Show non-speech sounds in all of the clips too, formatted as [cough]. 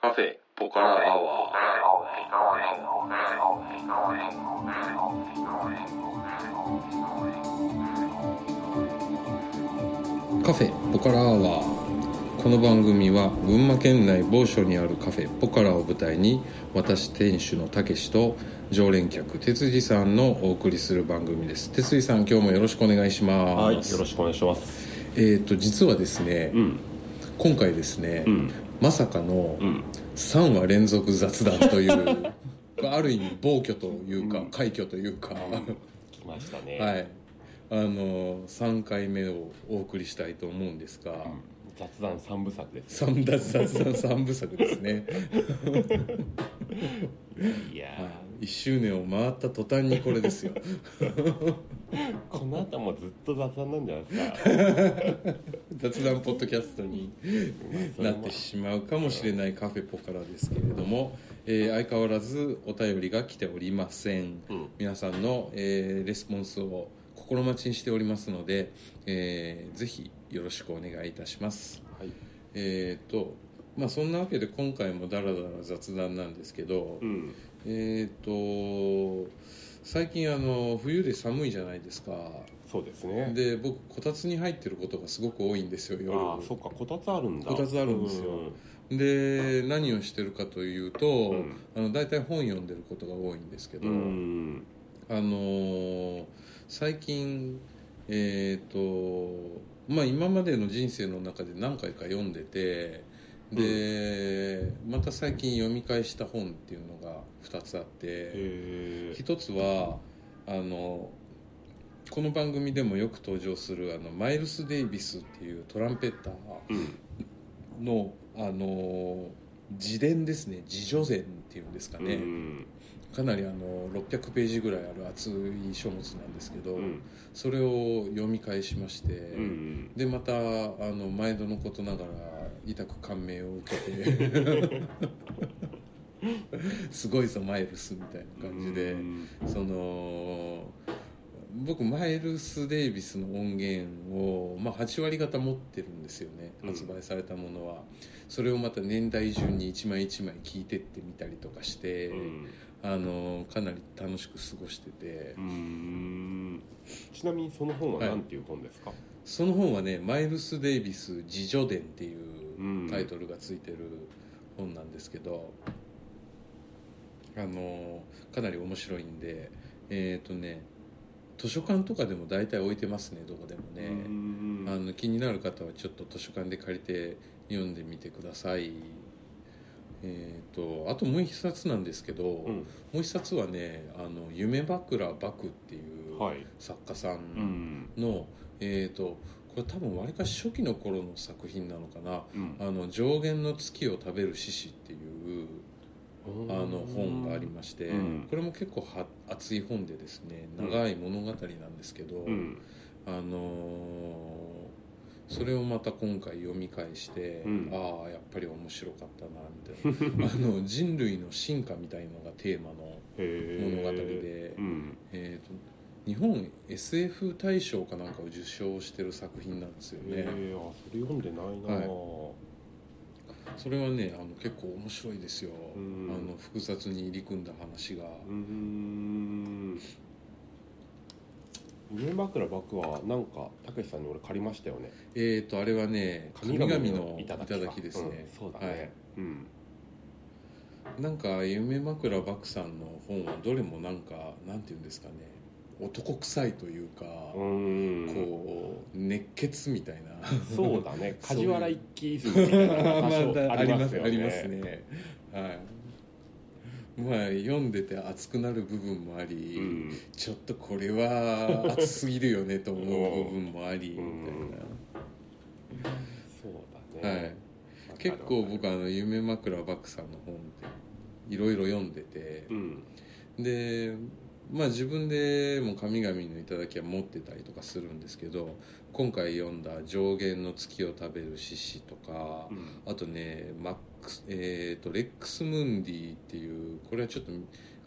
カフェポカラアワーカフェポカラアワーこの番組は群馬県内某所にあるカフェポカラを舞台に私店主のたけしと常連客哲司さんのお送りする番組です哲司さん今日もよろしくお願いします、はい、よろしくお願いします。えっ、と実はですね、うん、今回ですね、うん、まさかのうん、 3話連続雑談という [laughs] ある意味暴挙というか快挙というか、来ましたね。はい、あの3回目をお送りしたいと思うんですが、雑談三部作です。三奪雑談三部作ですね、いや [laughs] は1周年を回った途端にこれ [laughs] ですよー、この後もずっと雑談なんじゃないですか。雑談ポッドキャストにまあそれ [laughs] なもってしまうかもしれないカフェポからですけれども、えー相変わらずお便りが来ておりません、うん皆さんの、えーレスポンスを心待ちにしておりますので、えーぜひよろしくお願いいたしますはい、えーとまあそんなわけで今回もダラダラ雑談なんですけど、うん、えーと最近あの冬で寒いじゃないですかそうですね。で僕こたつに入ってることがすごく多いんですよ夜ああ、そっか、こたつあるんだ。こたつあるんですよで何をしてるかというと、うんあの大体本読んでることが多いんですけど、うん。うん、あのー最近えっ、とまあ今までの人生の中で何回か読んでてで、また最近読み返した本っていうのが2つあってへえ。一つはあのこの番組でもよく登場するあのマイルス・デイビスっていうトランペッターうん、の、あのー自伝ですね自叙伝っていうんですかね、うん、かなり、あの600ページぐらいある厚い書物なんですけど、うん、それを読み返しまして、うん、でまたあの毎度のことながら痛く感銘を受けて [laughs] すごいぞマイルスみたいな感じで、うんその僕マイルス・デイビスの音源を、まあ、8割方持ってるんですよねうん発売されたものは、それをまた年代順に一枚一枚聞いてってみたりとかして、うんあのかなり楽しく過ごしてて、うん。ちなみにその本は何ていう本ですか。その本はね「マイルス・デイビス自叙伝」っていううんタイトルがついてる本なんですけど、あのかなり面白いんでえっ、とね図書館とかでも大体置いてますねどこでもうね、んあの気になる方はちょっと図書館で借りて読んでみてくださいえっ、とあともう一冊なんですけど、うん、もう一冊はね「あの夢枕クっていうはい。作家さうんん、の、えー、とこれ多分わりかし初期の頃の作品なのかなうん「あの上限の月を食べる獅子」っていうあの本がありまして、うんこれも結構は厚い本でですね長い物語なんですけど、うんあのーそれをまた今回読み返して、うんああやっぱり面白かったなみた [laughs] いなあの人類の進化みたいのがテーマの物物語でうんえー、と日本 SF 大賞かなんかを受賞してる作品なんですよね、えー、あそれ読んでないな、はいそれはねあの結構面白いですよ、うんあの複雑に入り組んだ話が、うーん夢枕バクはなんかたけしさんに俺借りましたよねえっ、とあれはね神々の頂かきですねうん、そうだね、はいうんなんか夢枕漠さんの本はどれもなんかなんていうんですかね男臭いというか、うーんこう熱血みたいなそうだねそう梶いう原一騎イズムみたいなのが多少ありますよねありますねはいまあ読んでて熱くなる部分もあり、うんちょっとこれは [laughs] 熱すぎるよねと思う部分もありみうんたそういだな、ね、はい、結構僕あの夢枕漠さんの本っていろいろ読んでてうんでまあ自分でも神々の頂きは持ってたりとかするんですけど今回読んだ「上限の月を食べる獅子」とかうんあとねマックス、えー、とレックス・ムンディっていうこれはちょっと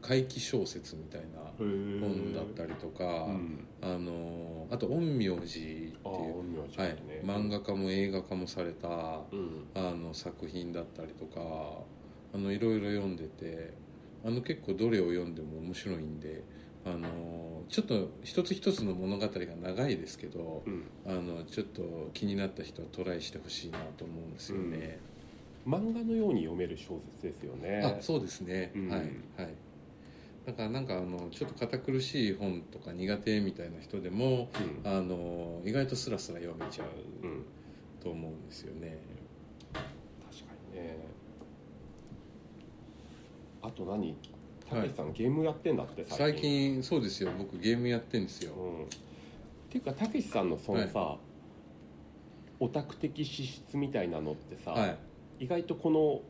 怪奇小説みたいなへー本だったりとか、うんあのーあと陰陽師ってああいう、本名はちょはっいとね、漫画家も映画化もされたあうんの作品だったりとかあのいろいろ読んでてあの結構どれを読んでも面白いんであのちょっと一つ一つの物語が長いですけどうん、あのちょっと気になった人はトライしてほしいなと思うんですよね、漫画のように読める小説ですよねあそうですね、うんはいはいだからなんかあのちょっと堅苦しい本とか苦手みたいな人でもうんあの意外とスラスラ読めちゃう、うんと思うんですよね、確かにねあと何たけしさん、ゲームやってんだって最近そうですよ僕ゲームやってんですようん、っていうかたけしさんのそのさ、オタク的資質みたいなのってさ、はい意外とこ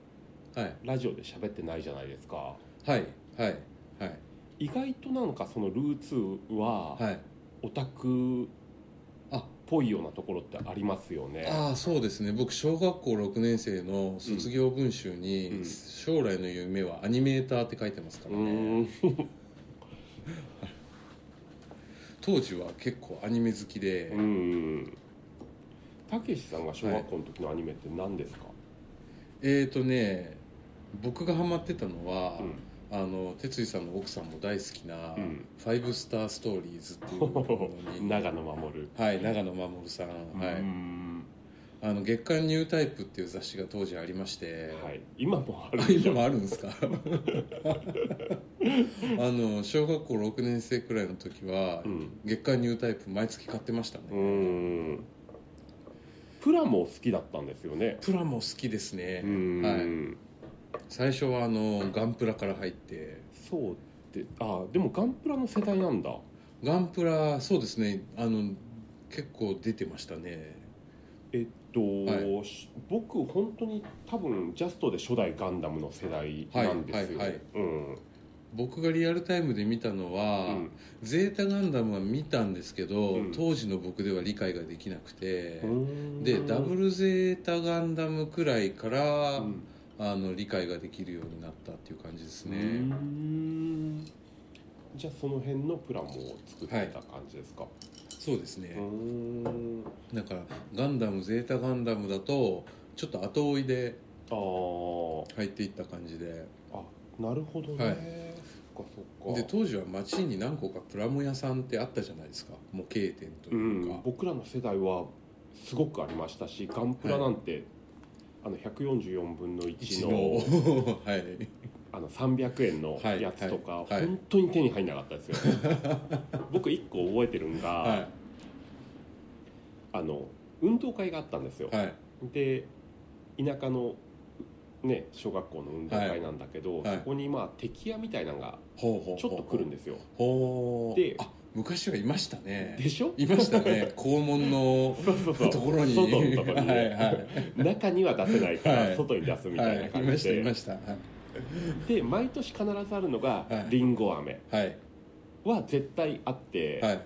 はいのラジオで喋ってないじゃないですかはいはいはい意外となんかそのルーツは、はいオタクっあぽいようなところってありますよねああそうですね僕小学校6年生の卒業文集に、うん将来の夢はアニメーターって書いてますかうらね、ん当時は結構アニメ好きで、うんたけしさんが小学校の時のアニメって何ですか、えーとね僕がハマってたのは、うんあの哲司さんの奥さんも大好きな「うんファイブスターストーリーズ」 [laughs] っていうのに長野守る、はい、長野守さん、はうい、んあの月刊ニュータイプっていう雑誌が当時ありまして、はい、今もああるでし今ょもあるんですか [laughs] あの小学校6年生くらいの時は、うん月刊ニュータイプ毎月買ってましたね、うんプラも好きだったんですよねプラも好きですね、うん、最初はあのガンプラから入ってそうってあでもガンプラの世代なんだガンプラそうですねあの結構出てましたねえっと、はし僕本当に多分ジャストで初代ガンダムの世代なんですよ、はいはいはいうん僕がリアルタイムで見たのは、うんゼータガンダムは見たんですけど、うん当時の僕では理解ができなくて、うんでダブルゼータガンダムくらいから、うんあの理解ができるようになったっていう感じですうね、んじゃあその辺のプラモを作ってた感じですか、そうですね、うんだからガンダムゼータガンダムだとちょっと後追いであー入っていった感じであなるほどね、はいそっかそっかで当時は街に何個かプラモ屋さんってあったじゃないですか模型店とういうか、ん、僕らの世代はすごくありましたしガンプラなんて、あの144分の一1ののはいあの300円のはいやつとか、はいはい本当に手に入んなかったですよ [laughs] 僕1個覚えてるんが、はあの運動会があったんですよ、いはいで田舎のね小学校の運動会なんだけど、はいそこにまあ敵屋みたいなのがほうほうほうちょっと来るんですよ、ほうであ昔はいましたねでしょいましたね校門のそうそうそうところに外のところにね、はいは [laughs] い中には出せないかはらい外に出すみはたいいない感まじしたで、いましたはいで毎年必ずあるのがはいりんご飴はいは絶対あって、はい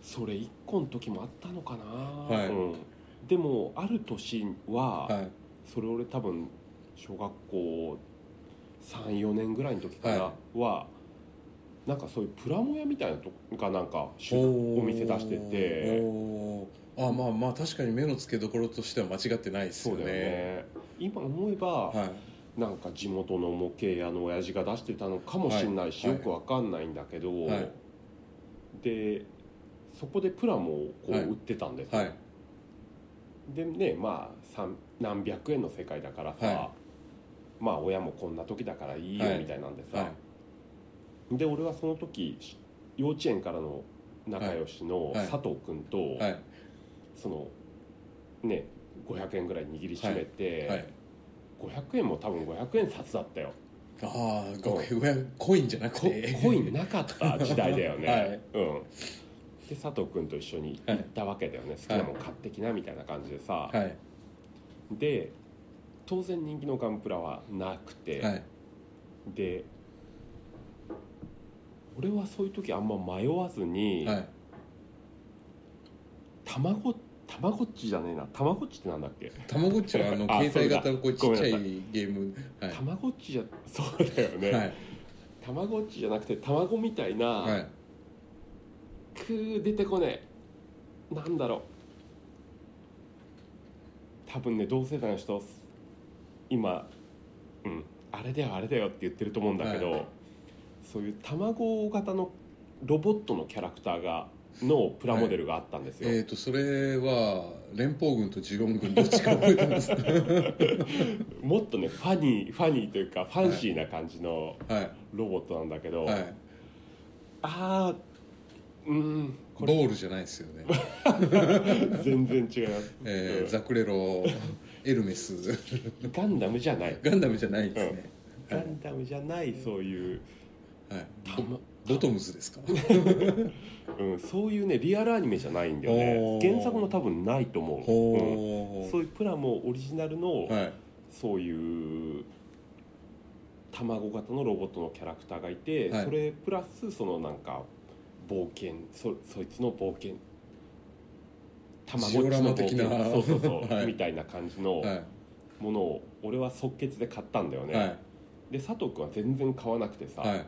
それ1個の時もあったのかな、いうんでもある年は、はいそれ俺多分小学校34年ぐらいの時かなはは、なんかそういうプラモ屋みたいなとこがなんかしゅおーお店出してておーあまあまあ確かに目の付けどころとしては間違ってないですそようだねよね今思えば、はいなんか地元の模型屋の親父が出してたのかもしれないし、はいよくわかんないんだけど、はいでそこでプラモをこうはい売ってたんですよ、はいでねまあ三何百円の世界だからさ、はまあ親もこんな時だからいいよはいみたいなんでさ、はいで俺はその時し幼稚園からの仲良しのはい佐藤君と、はいそのね500円ぐらい握りしめて、はい500円も多分500円札だったよああ500コインじゃなコくてコインなかった時代だよね、 [laughs] はいうんで佐藤君と一緒に行ったわけだよね、好きなもん買ってきなみたいな感じでさ、はいで当然人気のガンプラはなくて、はいで俺はそういう時あんま迷わずに、はいたまごたまごっちじゃねえなたまごっちってなんだっけたまごっちはあのあ携帯型のこうちそうっだちゃいごめゲームはたまごっちじゃそうだよね、いはいたまごっちじゃなくてたまごみたいな、はいくー出てこねえなんだろう多分ね同世代の人今うんあれだよあれだよって言ってると思うんだけど、そういう卵型のロボットのキャラクターがのプラモデルがあったんですよ、えっ、とそれは連邦軍とジロン軍どっちか覚えてますもっとねファニーファニーというかファンシーな感じのはいロボットなんだけど、はいああうんこボれールじゃないですよね、全然違います、えうーんザクレロエルメスガンダムじゃないガンダムじゃないですね、ガンダムじゃないそういうはい、たまボトムズですかうん、そういうねリアルアニメじゃないんだよおねー原作も多分ないと思う、うんほそういうプラモオリジナルの、うはいそういう卵型のロボットのキャラクターがいて、はいそれプラスそのなんか冒険そそいつの冒険ジオラマ的なそうそうそう、 [laughs] はいみたいな感じのはものを俺は即決で買ったんだよいね、はいで佐藤君は全然買わなくてさ、はい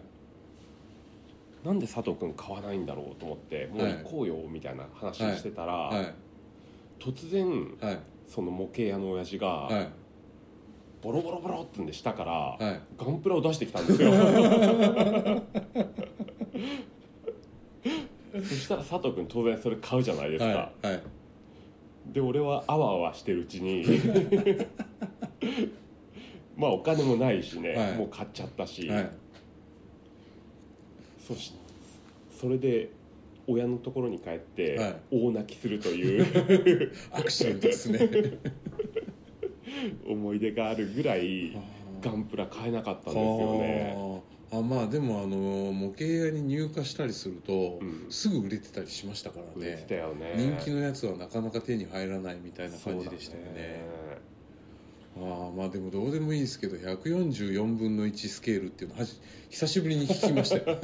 なんで佐藤君買わないんだろうと思ってもう行こうよみたいな話をしてたら、はい突然はいその模型屋の親父が、はいボロボロボロってんで下から、はいガンプラを出してきたん [laughs] ですよそしたら佐藤君当然それ買うじゃないですか、はいはいで俺はあわあわしてるうち [laughs] にまあお金もないしね、はいもう買っちゃったし、はいそしそれで親のところに帰って、はい大泣きすると [laughs] いうアクシデントで [laughs] すね思い出があるぐらいガンプラ買えなかったんですよね、あーあまあでもあの模型屋に入荷したりすると、うん、すぐ売れてたりしましたから売れてねたよね人気のやつはなかなか手に入らないみたいな感じでしたよねあーまあでもどうでもいいですけど144分の1スケールっていうのはじ久しぶりに聞き [laughs] ましたよ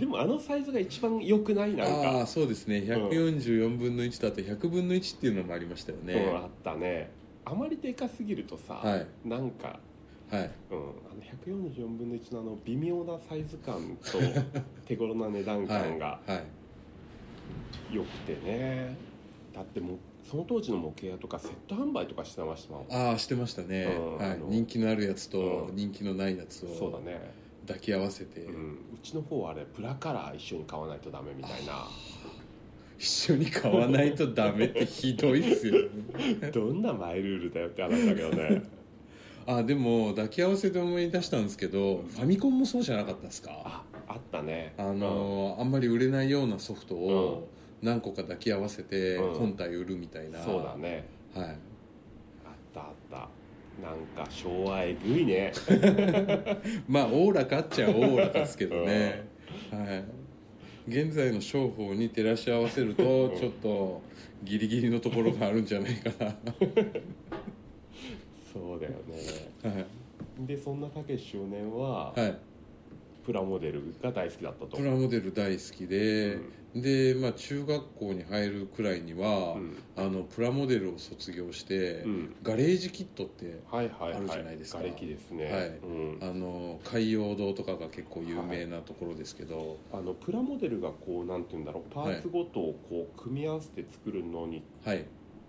でもあのサイズが一番良くないなんああか、そうですね144分の1だと100分の1っていうのもありましたよね、うんあったねあまりでかすぎるとさ、はいなんか、はいうん、あの144分の1のあの微妙なサイズ感 [laughs] と手頃な値段感がはいはい良くてね、だってもうその当時の模型屋とかセット販売とかしてましたもんああしてましたね、うんはあい、の人気のあるやつとうん人気のないやつそうだをね、抱き合わせて、うん、うちの方はあれプラカラー一緒に買わないとダメみたいな [laughs] 一緒に買わないとダメってひどいっすよねどんなマイルールだよって話だけどねあでも抱き合わせで思い出したんですけどファミコンもそうじゃなかったですかああったねあのーあんまり売れないようなソフトを何個か抱き合わせてうん本体売るみたいな、そうだねはい、あったあったなんか昭和えぐい [laughs] ねまあおおらかっちゃおおらかですけどね、はい現在の商法に照らし合わせるとうんちょっとギリギリのところがあるんじゃないかそうだよねなはい、でそんなたけし少年は、はい、プラモデルが大好きだったとプラモデル大好きでう、んで、まあ、中学校に入るくらいには、うんあのプラモデルを卒業して、うんガレージキットってはいはいはいあるじゃないですか瓦礫ですね、はいうんあの海洋堂とかが結構有名なところですけど、あのプラモデルがこうなんて言うんだろうパーツごとをこう組み合わせて作るのにはい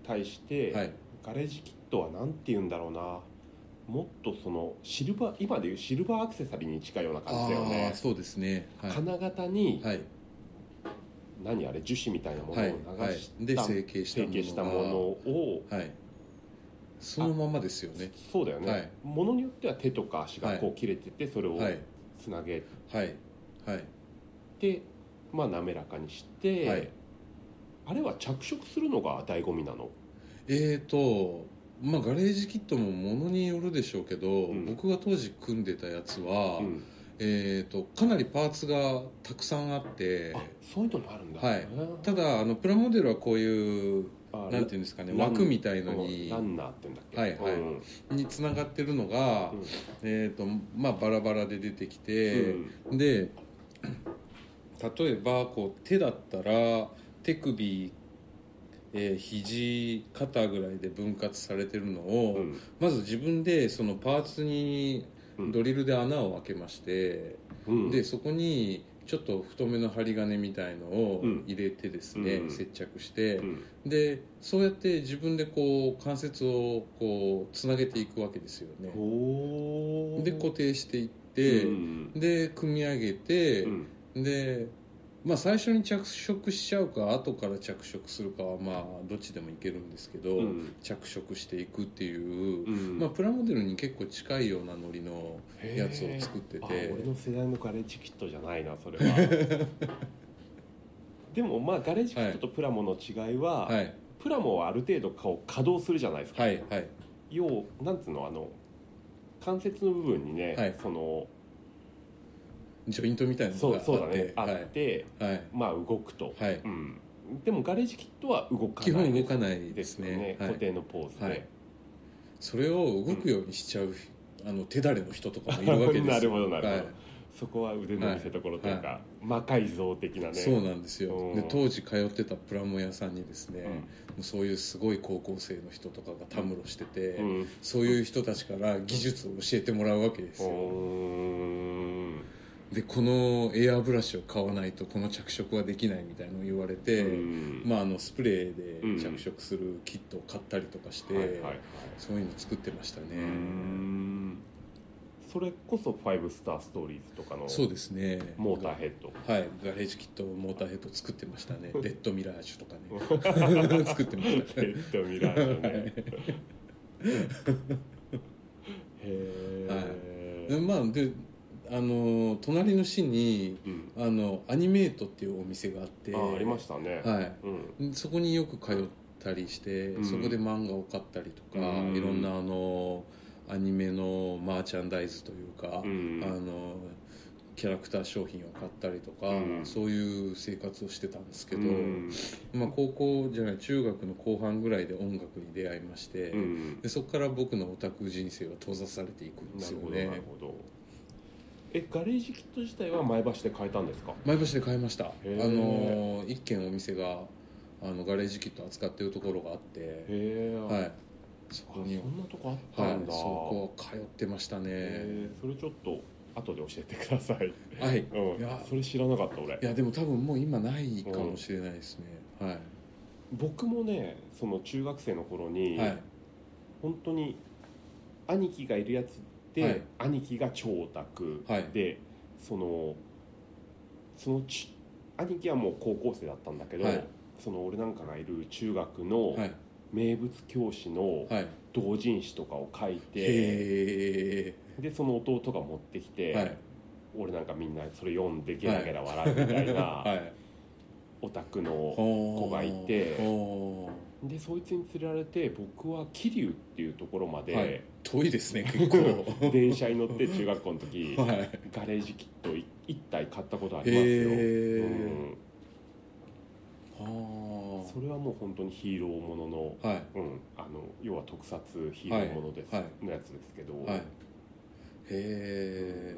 対して、はいガレージキットはなんて言うんだろうなもっとそのシルバー今でいうシルバーアクセサリーに近いようなあ感じだよあねそうですねはい金型に、はい何あれ樹脂みたいなものはいをは流いし、でた成形した成もの形したものを、がはいそのままですよねそうだよね、はいものによっては手とか足がこう切れててそれをはいつなげはいはいて、まあ滑らかにして、はいあれは着色するのが醍醐味なのえーとまあガレージキットもものによるでしょうけど、うん僕が当時組んでたやつは、うんえーとかなりパーツがたくさんあってあそういうのもあるんだ、はいただあのプラモデルはこういうあなんていうんですかねラン枠みたいのうんにランナーって言うんだっけはいはいうんにつながってるのが、うんえーとまあ、バラバラで出てきて、うんで例えばこう手だったら手首、えー肘肩ぐらいで分割されてるのを、うんまず自分でそのパーツにうんドリルで穴を開けまして、うんでそこにちょっと太めの針金みたいのをうん入れてですね、うん接着してう、んでそうやって自分でこう関節をこうつなげていくわけですよねおで固定していって、うんで組み上げて、うんでまあ最初に着色しちゃうか後から着色するかはまあどっちでもいけるんですけど、うん着色していくっていう、うんまあ、プラモデルに結構近いようなノリのやつを作ってあて俺の世代のガレージキットじゃないなそれは [laughs] でもまあガレージキットとプラモの違いは、はいプラモはある程度こう稼働するじゃないですか、はいはい要なんつうのあの関節の部分にね、はいそのジョイントみたいなのそがうあってそうだねあはって,、いはい、まあ動くと、はい、うん、でもガレージキットは動かない基本動かいないでですすねよねはい固定のポーズで、はいそれを動くようにしちゃう、あの手だれの人とかもいるわけですよ [laughs] なるほどなるほどはいそこは腕の見せ所というか、は魔改造的なねそうなんですようんで当時通ってたプラモ屋さんにですね、うもんうそういうすごい高校生の人とかがたむろしてて、うんそういう人たちから技術を教えてもらうわけですようんでこのエアブラシを買わないとこの着色はできないみたいのを言われて、うんまあ、あのスプレーで着色するキットを買ったりとかして、はいはいはいそういうの作ってましたね、うんそれこそ「ファイブスターストーリーズ」とかのそうですねモーターヘッドはい、ガレージキットモーターヘッド作ってました [laughs] ねレッドミラージュとかね作ってまレしたねッドミラーのね。へえ。でまあであの隣の市にうん。あのアニメートっていうお店があってあありましたね。はいうん。そこによく通ったりして、んそこで漫画を買ったりとか、うんいろんなあのアニメのマーチャンダイズというか、うんあのキャラクター商品を買ったりとか、うんそういう生活をしてたんですけど、うんまあ、高校じゃない中学の後半ぐらいで音楽に出会いまして、うんでそこから僕のオタク人生は閉ざされていくんでなするよほどなねるほど。えガレージキット自体は前橋で買えたんですか。前橋で買いましたあへーの一軒お店があのガレージキット扱ってるところがあってへ、え。はあい、そそこにんなとこあったはい、んだ。そこは通ってましたねへえ。それちょっと後で教えてください。はいいうやん。それ知らなかった俺い。やでも多分もう今ないかもしれないですね、はい僕もねその中学生の頃に。はい本当に兄貴がいるやつで、はい兄貴が超オタクで、はいそのそのち兄貴はもう高校生だったんだけど、はいその俺なんかがいる中学のはい名物教師のはい同人誌とかを書いて、へでその弟が持ってきて、えはい俺なんかみんなそれ読んでゲラゲラ笑うみたいなはいオタクの。子がいておーでそいつに連れられて僕は桐生っていうところまで、はい遠いですね結構 [laughs] 電車に乗って中学校の時はいガレージキット1体買ったことあへりますよ、えうはん、それはもう本当にヒーローものの,、あはいうん、あの要は特撮ヒーローものです、はいはのやつですけど、うはいへんえ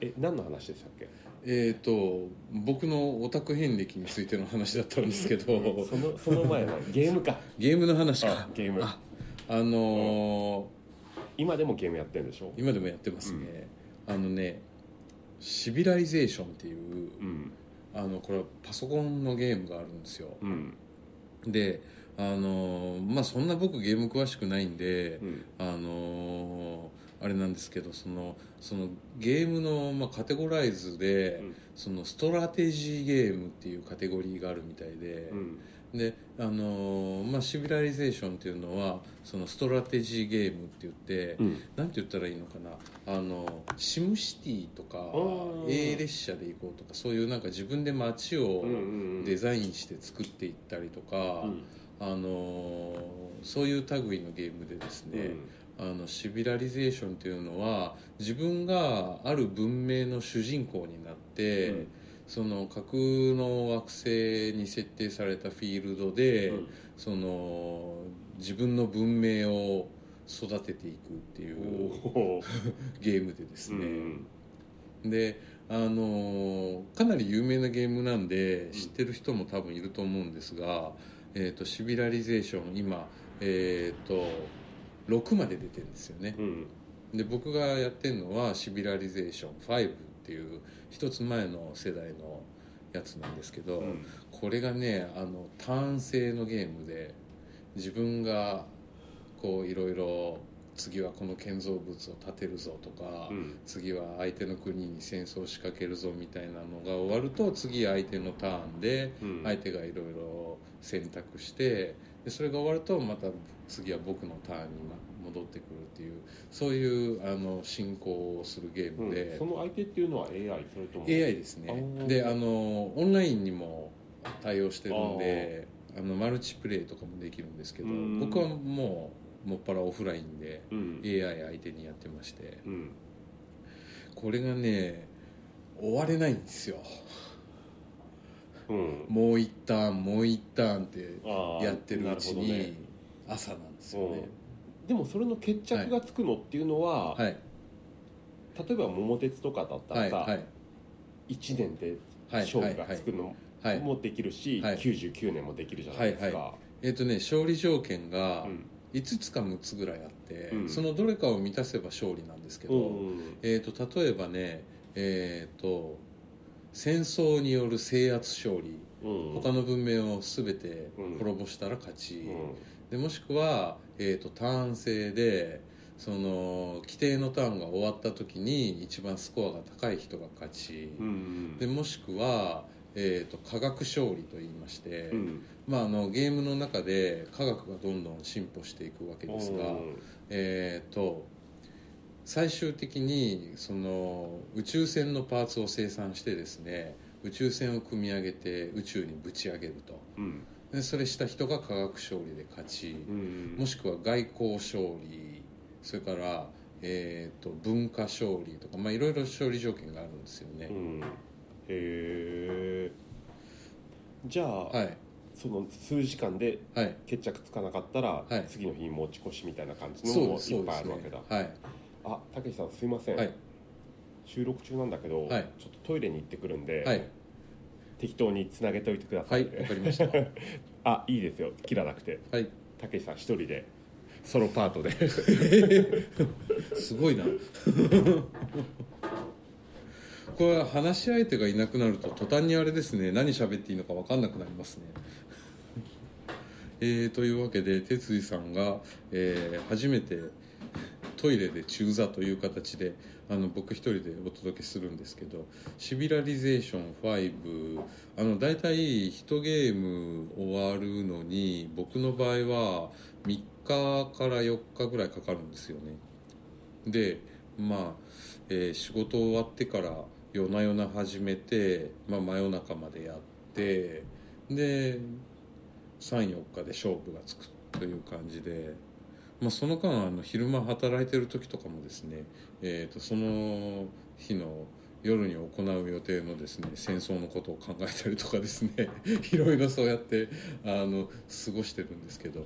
え何の話でしたっ [laughs] けえー、と僕のオタク遍歴についての話だったんですけどそのその前のゲームかゲームの話かあゲームああのー今でもゲームやってるんでしょ、今でもやってますね、あのねシビライゼーションっていううんあのこれはパソコンのゲームがあるんですようんであのーまあそんな僕ゲーム詳しくないんでうんあのーあれなんですけどそのそのゲームの、まあ、カテゴライズで、うんそのストラテジーゲームっていうカテゴリーがあるみたいで、うんであのーまあ、シビライゼーションっていうのはそのストラテジーゲームって言って、うんなんて言ったらいいのかなあのシムシティとかー A 列車で行こうとかそういうなんか自分で街をうんデザインして作っていったりとか、うんあのーそういう類のゲームでですね、あのシビラリゼーションというのは自分がある文明の主人公になって、うんその架空の惑星に設定されたフィールドで、うんその自分の文明を育てていくっていうおーゲームでですうね、んであのーかなり有名なゲームなんで知ってる人も多分いると思うんですが、えー、とシビラリゼーション今、えー、と6まで出てるんですよねうんで僕がやってるのはシビラリゼーション5っていう一つ前の世代のやつなんですけど、うんこれがねあの単制のゲームで自分がこういろいろ次はこの建造物を建てるぞとか、うん次は相手の国に戦争を仕掛けるぞみたいなのが終わると次相手のターンでうん相手がいろいろ選択してでそれが終わるとまた次は僕のターンにま戻ってくるっていうそういうあの進行をするゲーうムんでそ、の相手っていうのは AI それとも AI ですあねーであのオンラインにも対応してるんであのマルチプレイとかもできるんですけどうん僕はもうもっぱらオフラインでうん AI 相手にやってましてうんこれがね終われないんですようんもう一ターンもう一ターンってあーやってるうちなるに朝なんですよほどねねうんでもそれの決着がつくのっていうのは、はい例えば桃鉄とかだったはらいさ、はい1年ではい勝はい負がつくのはいはいもできるし、はい99年もできるじゃないですか、はえっとね勝利条件がうん5つか6つぐらいあって、うんそのどれかを満たせば勝利なんですけど、うんえー、と例えばね、えー、と戦争による制圧勝利うん他の文明を全てうん滅ぼしたら勝ち、うんでもしくは、えー、とターン制でその規定のターンが終わった時に一番スコアが高い人が勝ち、うんでもしくは、えー、と科学勝利と言いまして、うんまあ、あのゲームの中で科学がどんどん進歩していくわけですが。えー、と最終的にその宇宙船のパーツを生産してですね宇宙船を組み上げて宇宙にぶち上げるとうんでそれした人が科学勝利で勝ちうんもしくは外交勝利それから、えー、と文化勝利とか、まあ、いろいろ勝利条件があるんですよねう、んへえじゃあ、はいその数時間ではい決着つかなかったら、はい次の日に持ち越しみたいな感じのそうもですいそっうでぱいあするわねけだはいあたけしさんすいません、 [laughs] はい収録中なんだけど、はいちょっとトイレに行ってくるんで、はい適当につなげておいてくださ、はいいわかりましたはあいいですよ切らなくていたけしさん一人でソロパートですごいな [laughs] これは話し相手がいなくなると途端にあれですね何喋っていいのか分かんなくなりますねえー、というわけで哲司さんが、えー初めてトイレで中座という形であの僕一人でお届けするんですけどシビラリゼーション5あの大体一ゲーム終わるのに僕の場合は3日から4日ぐらいかかるんですよねでまあ、えー仕事終わってから夜な夜な始めて、まあ、真夜中までやってで34日で勝負がつくという感じで、まあ、その間あの昼間働いてる時とかもですね、えー、とその日の夜に行う予定のですね戦争のことを考えたりとかですね [laughs] いろいろそうやってあの過ごしてるんですけど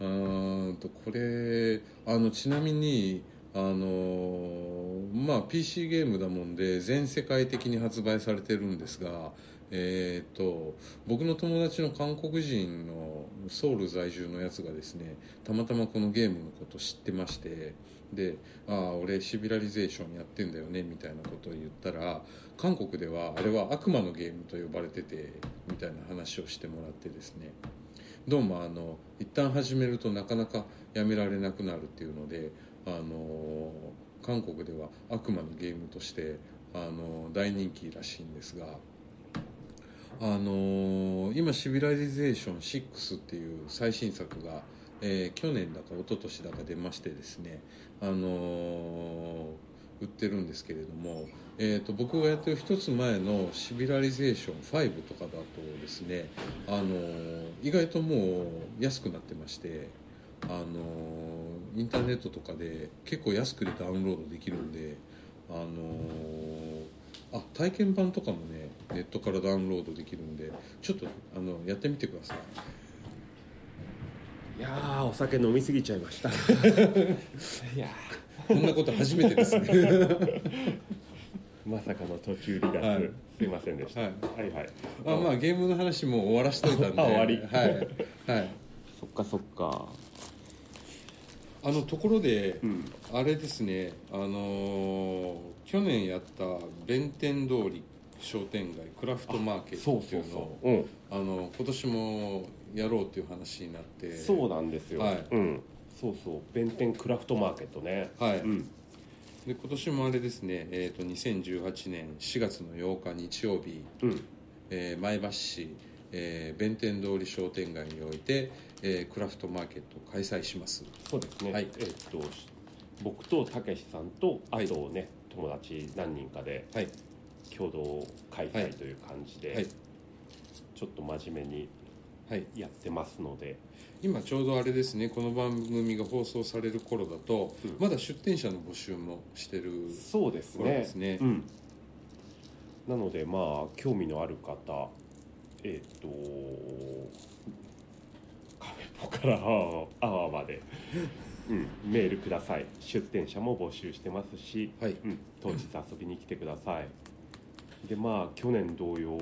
うーんとこれあのちなみにあのまあ PC ゲームだもんで全世界的に発売されてるんですがえー、と僕の友達の韓国人のソウル在住のやつがですねたまたまこのゲームのこと知ってましてで「ああ俺シビラリゼーションやってんだよね」みたいなことを言ったら韓国ではあれは悪魔のゲームと呼ばれててみたいな話をしてもらってですねどうもあの一旦始めるとなかなかやめられなくなるっていうので、あの韓国では悪魔のゲームとして、あの大人気らしいんですが、あの今「シビライゼーション6」っていう最新作が、えー去年だか一昨年だか出ましてですね、あの売ってるんですけれども、えー、と僕がやってる一つ前の「シビラリゼーション5」とかだとですねあの意外ともう安くなってましてあのインターネットとかで結構安くでダウンロードできるんであのあ体験版とかもねネットからダウンロードできるんでちょっとあのやってみてくださいいやーお酒飲みすぎちゃいま [laughs] したいやこんなこと初めてですねーまさかの途中離脱、はいすいませんでした、はいはいはいあまあゲームの話もう終わらしといたんであ [laughs] 終わりはい、はい、そっかそっかあのところでうんあれですね、あのー去年やった弁天通り商店街クラフトマーケッそトうってそいううのをそう、うんあの今年もやろうっていう話になってそうなんですよ、はいうんそうそう弁天クラフトマーケットねはい、うんで今年もあれですね、えー、と2018年4月の8日日曜日、うんえー前橋市、えー弁天通り商店街において、えークラフトマーケットを開催しますそうですね、はいえっとし僕とたけしさんとあはいとね、友達何人かではい共同開は催いという感じで、はいちょっと真面目にはいやってますので、今ちょうどあれですねこの番組が放送される頃だと、うんまだ出店者の募集もしてるそうです頃ねですねうん、なのでまあ興味のある方えっ、とカフェポから [laughs] アワーまで、うん、メールください出店者も募集してますしはいうん、当日遊びに来てくださいでまあ去年同様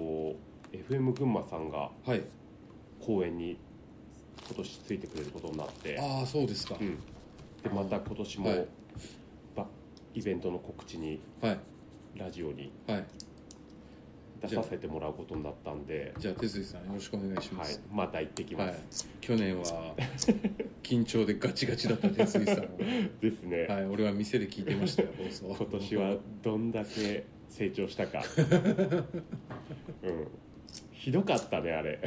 FM 群馬さんがはい公演に今年ついてくれることになって、ああそうですか、うん、でまた今年はもいばイベントの告知にはいラジオにはい出させてもらうことになったんで、じゃあ哲司さんよろしくお願いしまはいす、、また行ってきます、はい去年は緊張でガチガチだった哲司さん [laughs] をですね、はい俺は店で聞いてましたよ放送今年はどんだけ成長したかうんひどかったねあれ [laughs]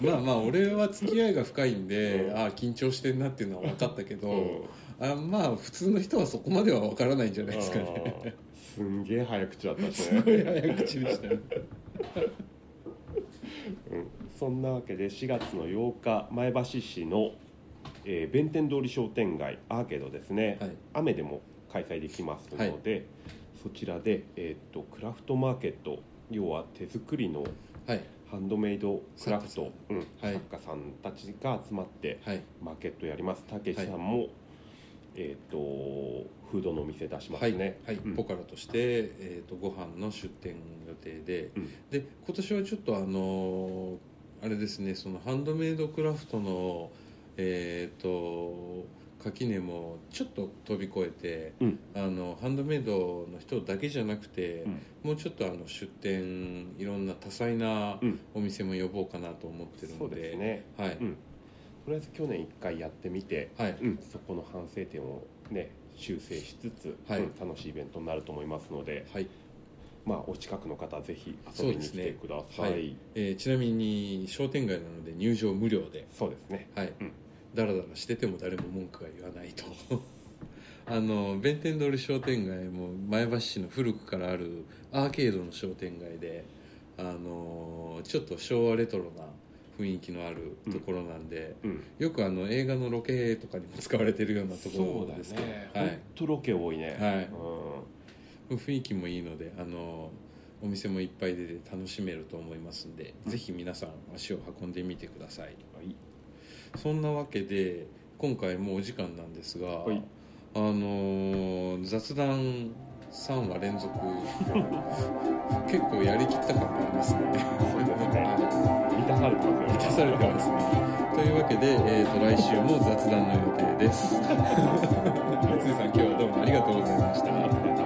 まあまあ俺は付き合いが深いんで、うんああ緊張してんなっていうのは分かったけど、うんあまあ普通の人はそこまでは分からないんじゃないですかねあーすんげえ早口だったしすねごい [laughs] 早口でしたねうん、そんなわけで4月の8日前橋市の、えー弁天通り商店街アーケードですね、はい雨でも開催できますので、そちらで、えーっとクラフトマーケット要は手作りのはいハンドメイドクラフ作トうんはい作家さんたちが集まってはいマーケットやりますたけしさんも、えーっとフードのお店出しますはい、ね、はいうんポカラとして、えー、とご飯の出店予定で、うんで今年はちょっとあのーあれですねそのハンドメイドクラフトのえっ、と垣根もちょっと飛び越えて、うんあのハンドメイドの人だけじゃなくて、うんもうちょっとあの出店いろんな多彩なうんお店も呼ぼうかなと思ってるそうので,、ですねはい、うんとりあえず去年一回やってみてはいうん、そこの反省点をね修正しつつ、はいうん楽しいイベントになると思いますので、はいまあ、お近くの方ぜひそ遊うびでにす来ねてください、はえーちなみに商店街なので入場無料でそうですねはい、うんだらだらしてても誰も文句は言わないと [laughs] あの弁天通り商店街も前橋市の古くからあるアーケードの商店街であのーちょっと昭和レトロな雰囲気のあるところなんで、うんよくあの映画のロケとかにも使われてるようなところですけど、ほんとロケ多いね、はいうんはい、雰囲気もいいのであのーお店もいっぱい出て楽しめると思いますんで、うんぜひ皆さん足を運んでみてくださいはいそんなわけで今回もうお時間なんですが、はいあのー雑談3話連続結構やりきった感がありますね。そうですね満たされてますよ満たされてま [laughs] すね。というわけで、えー、と来週も雑談の予定です。松井さん今日はどうもありがとうございました。す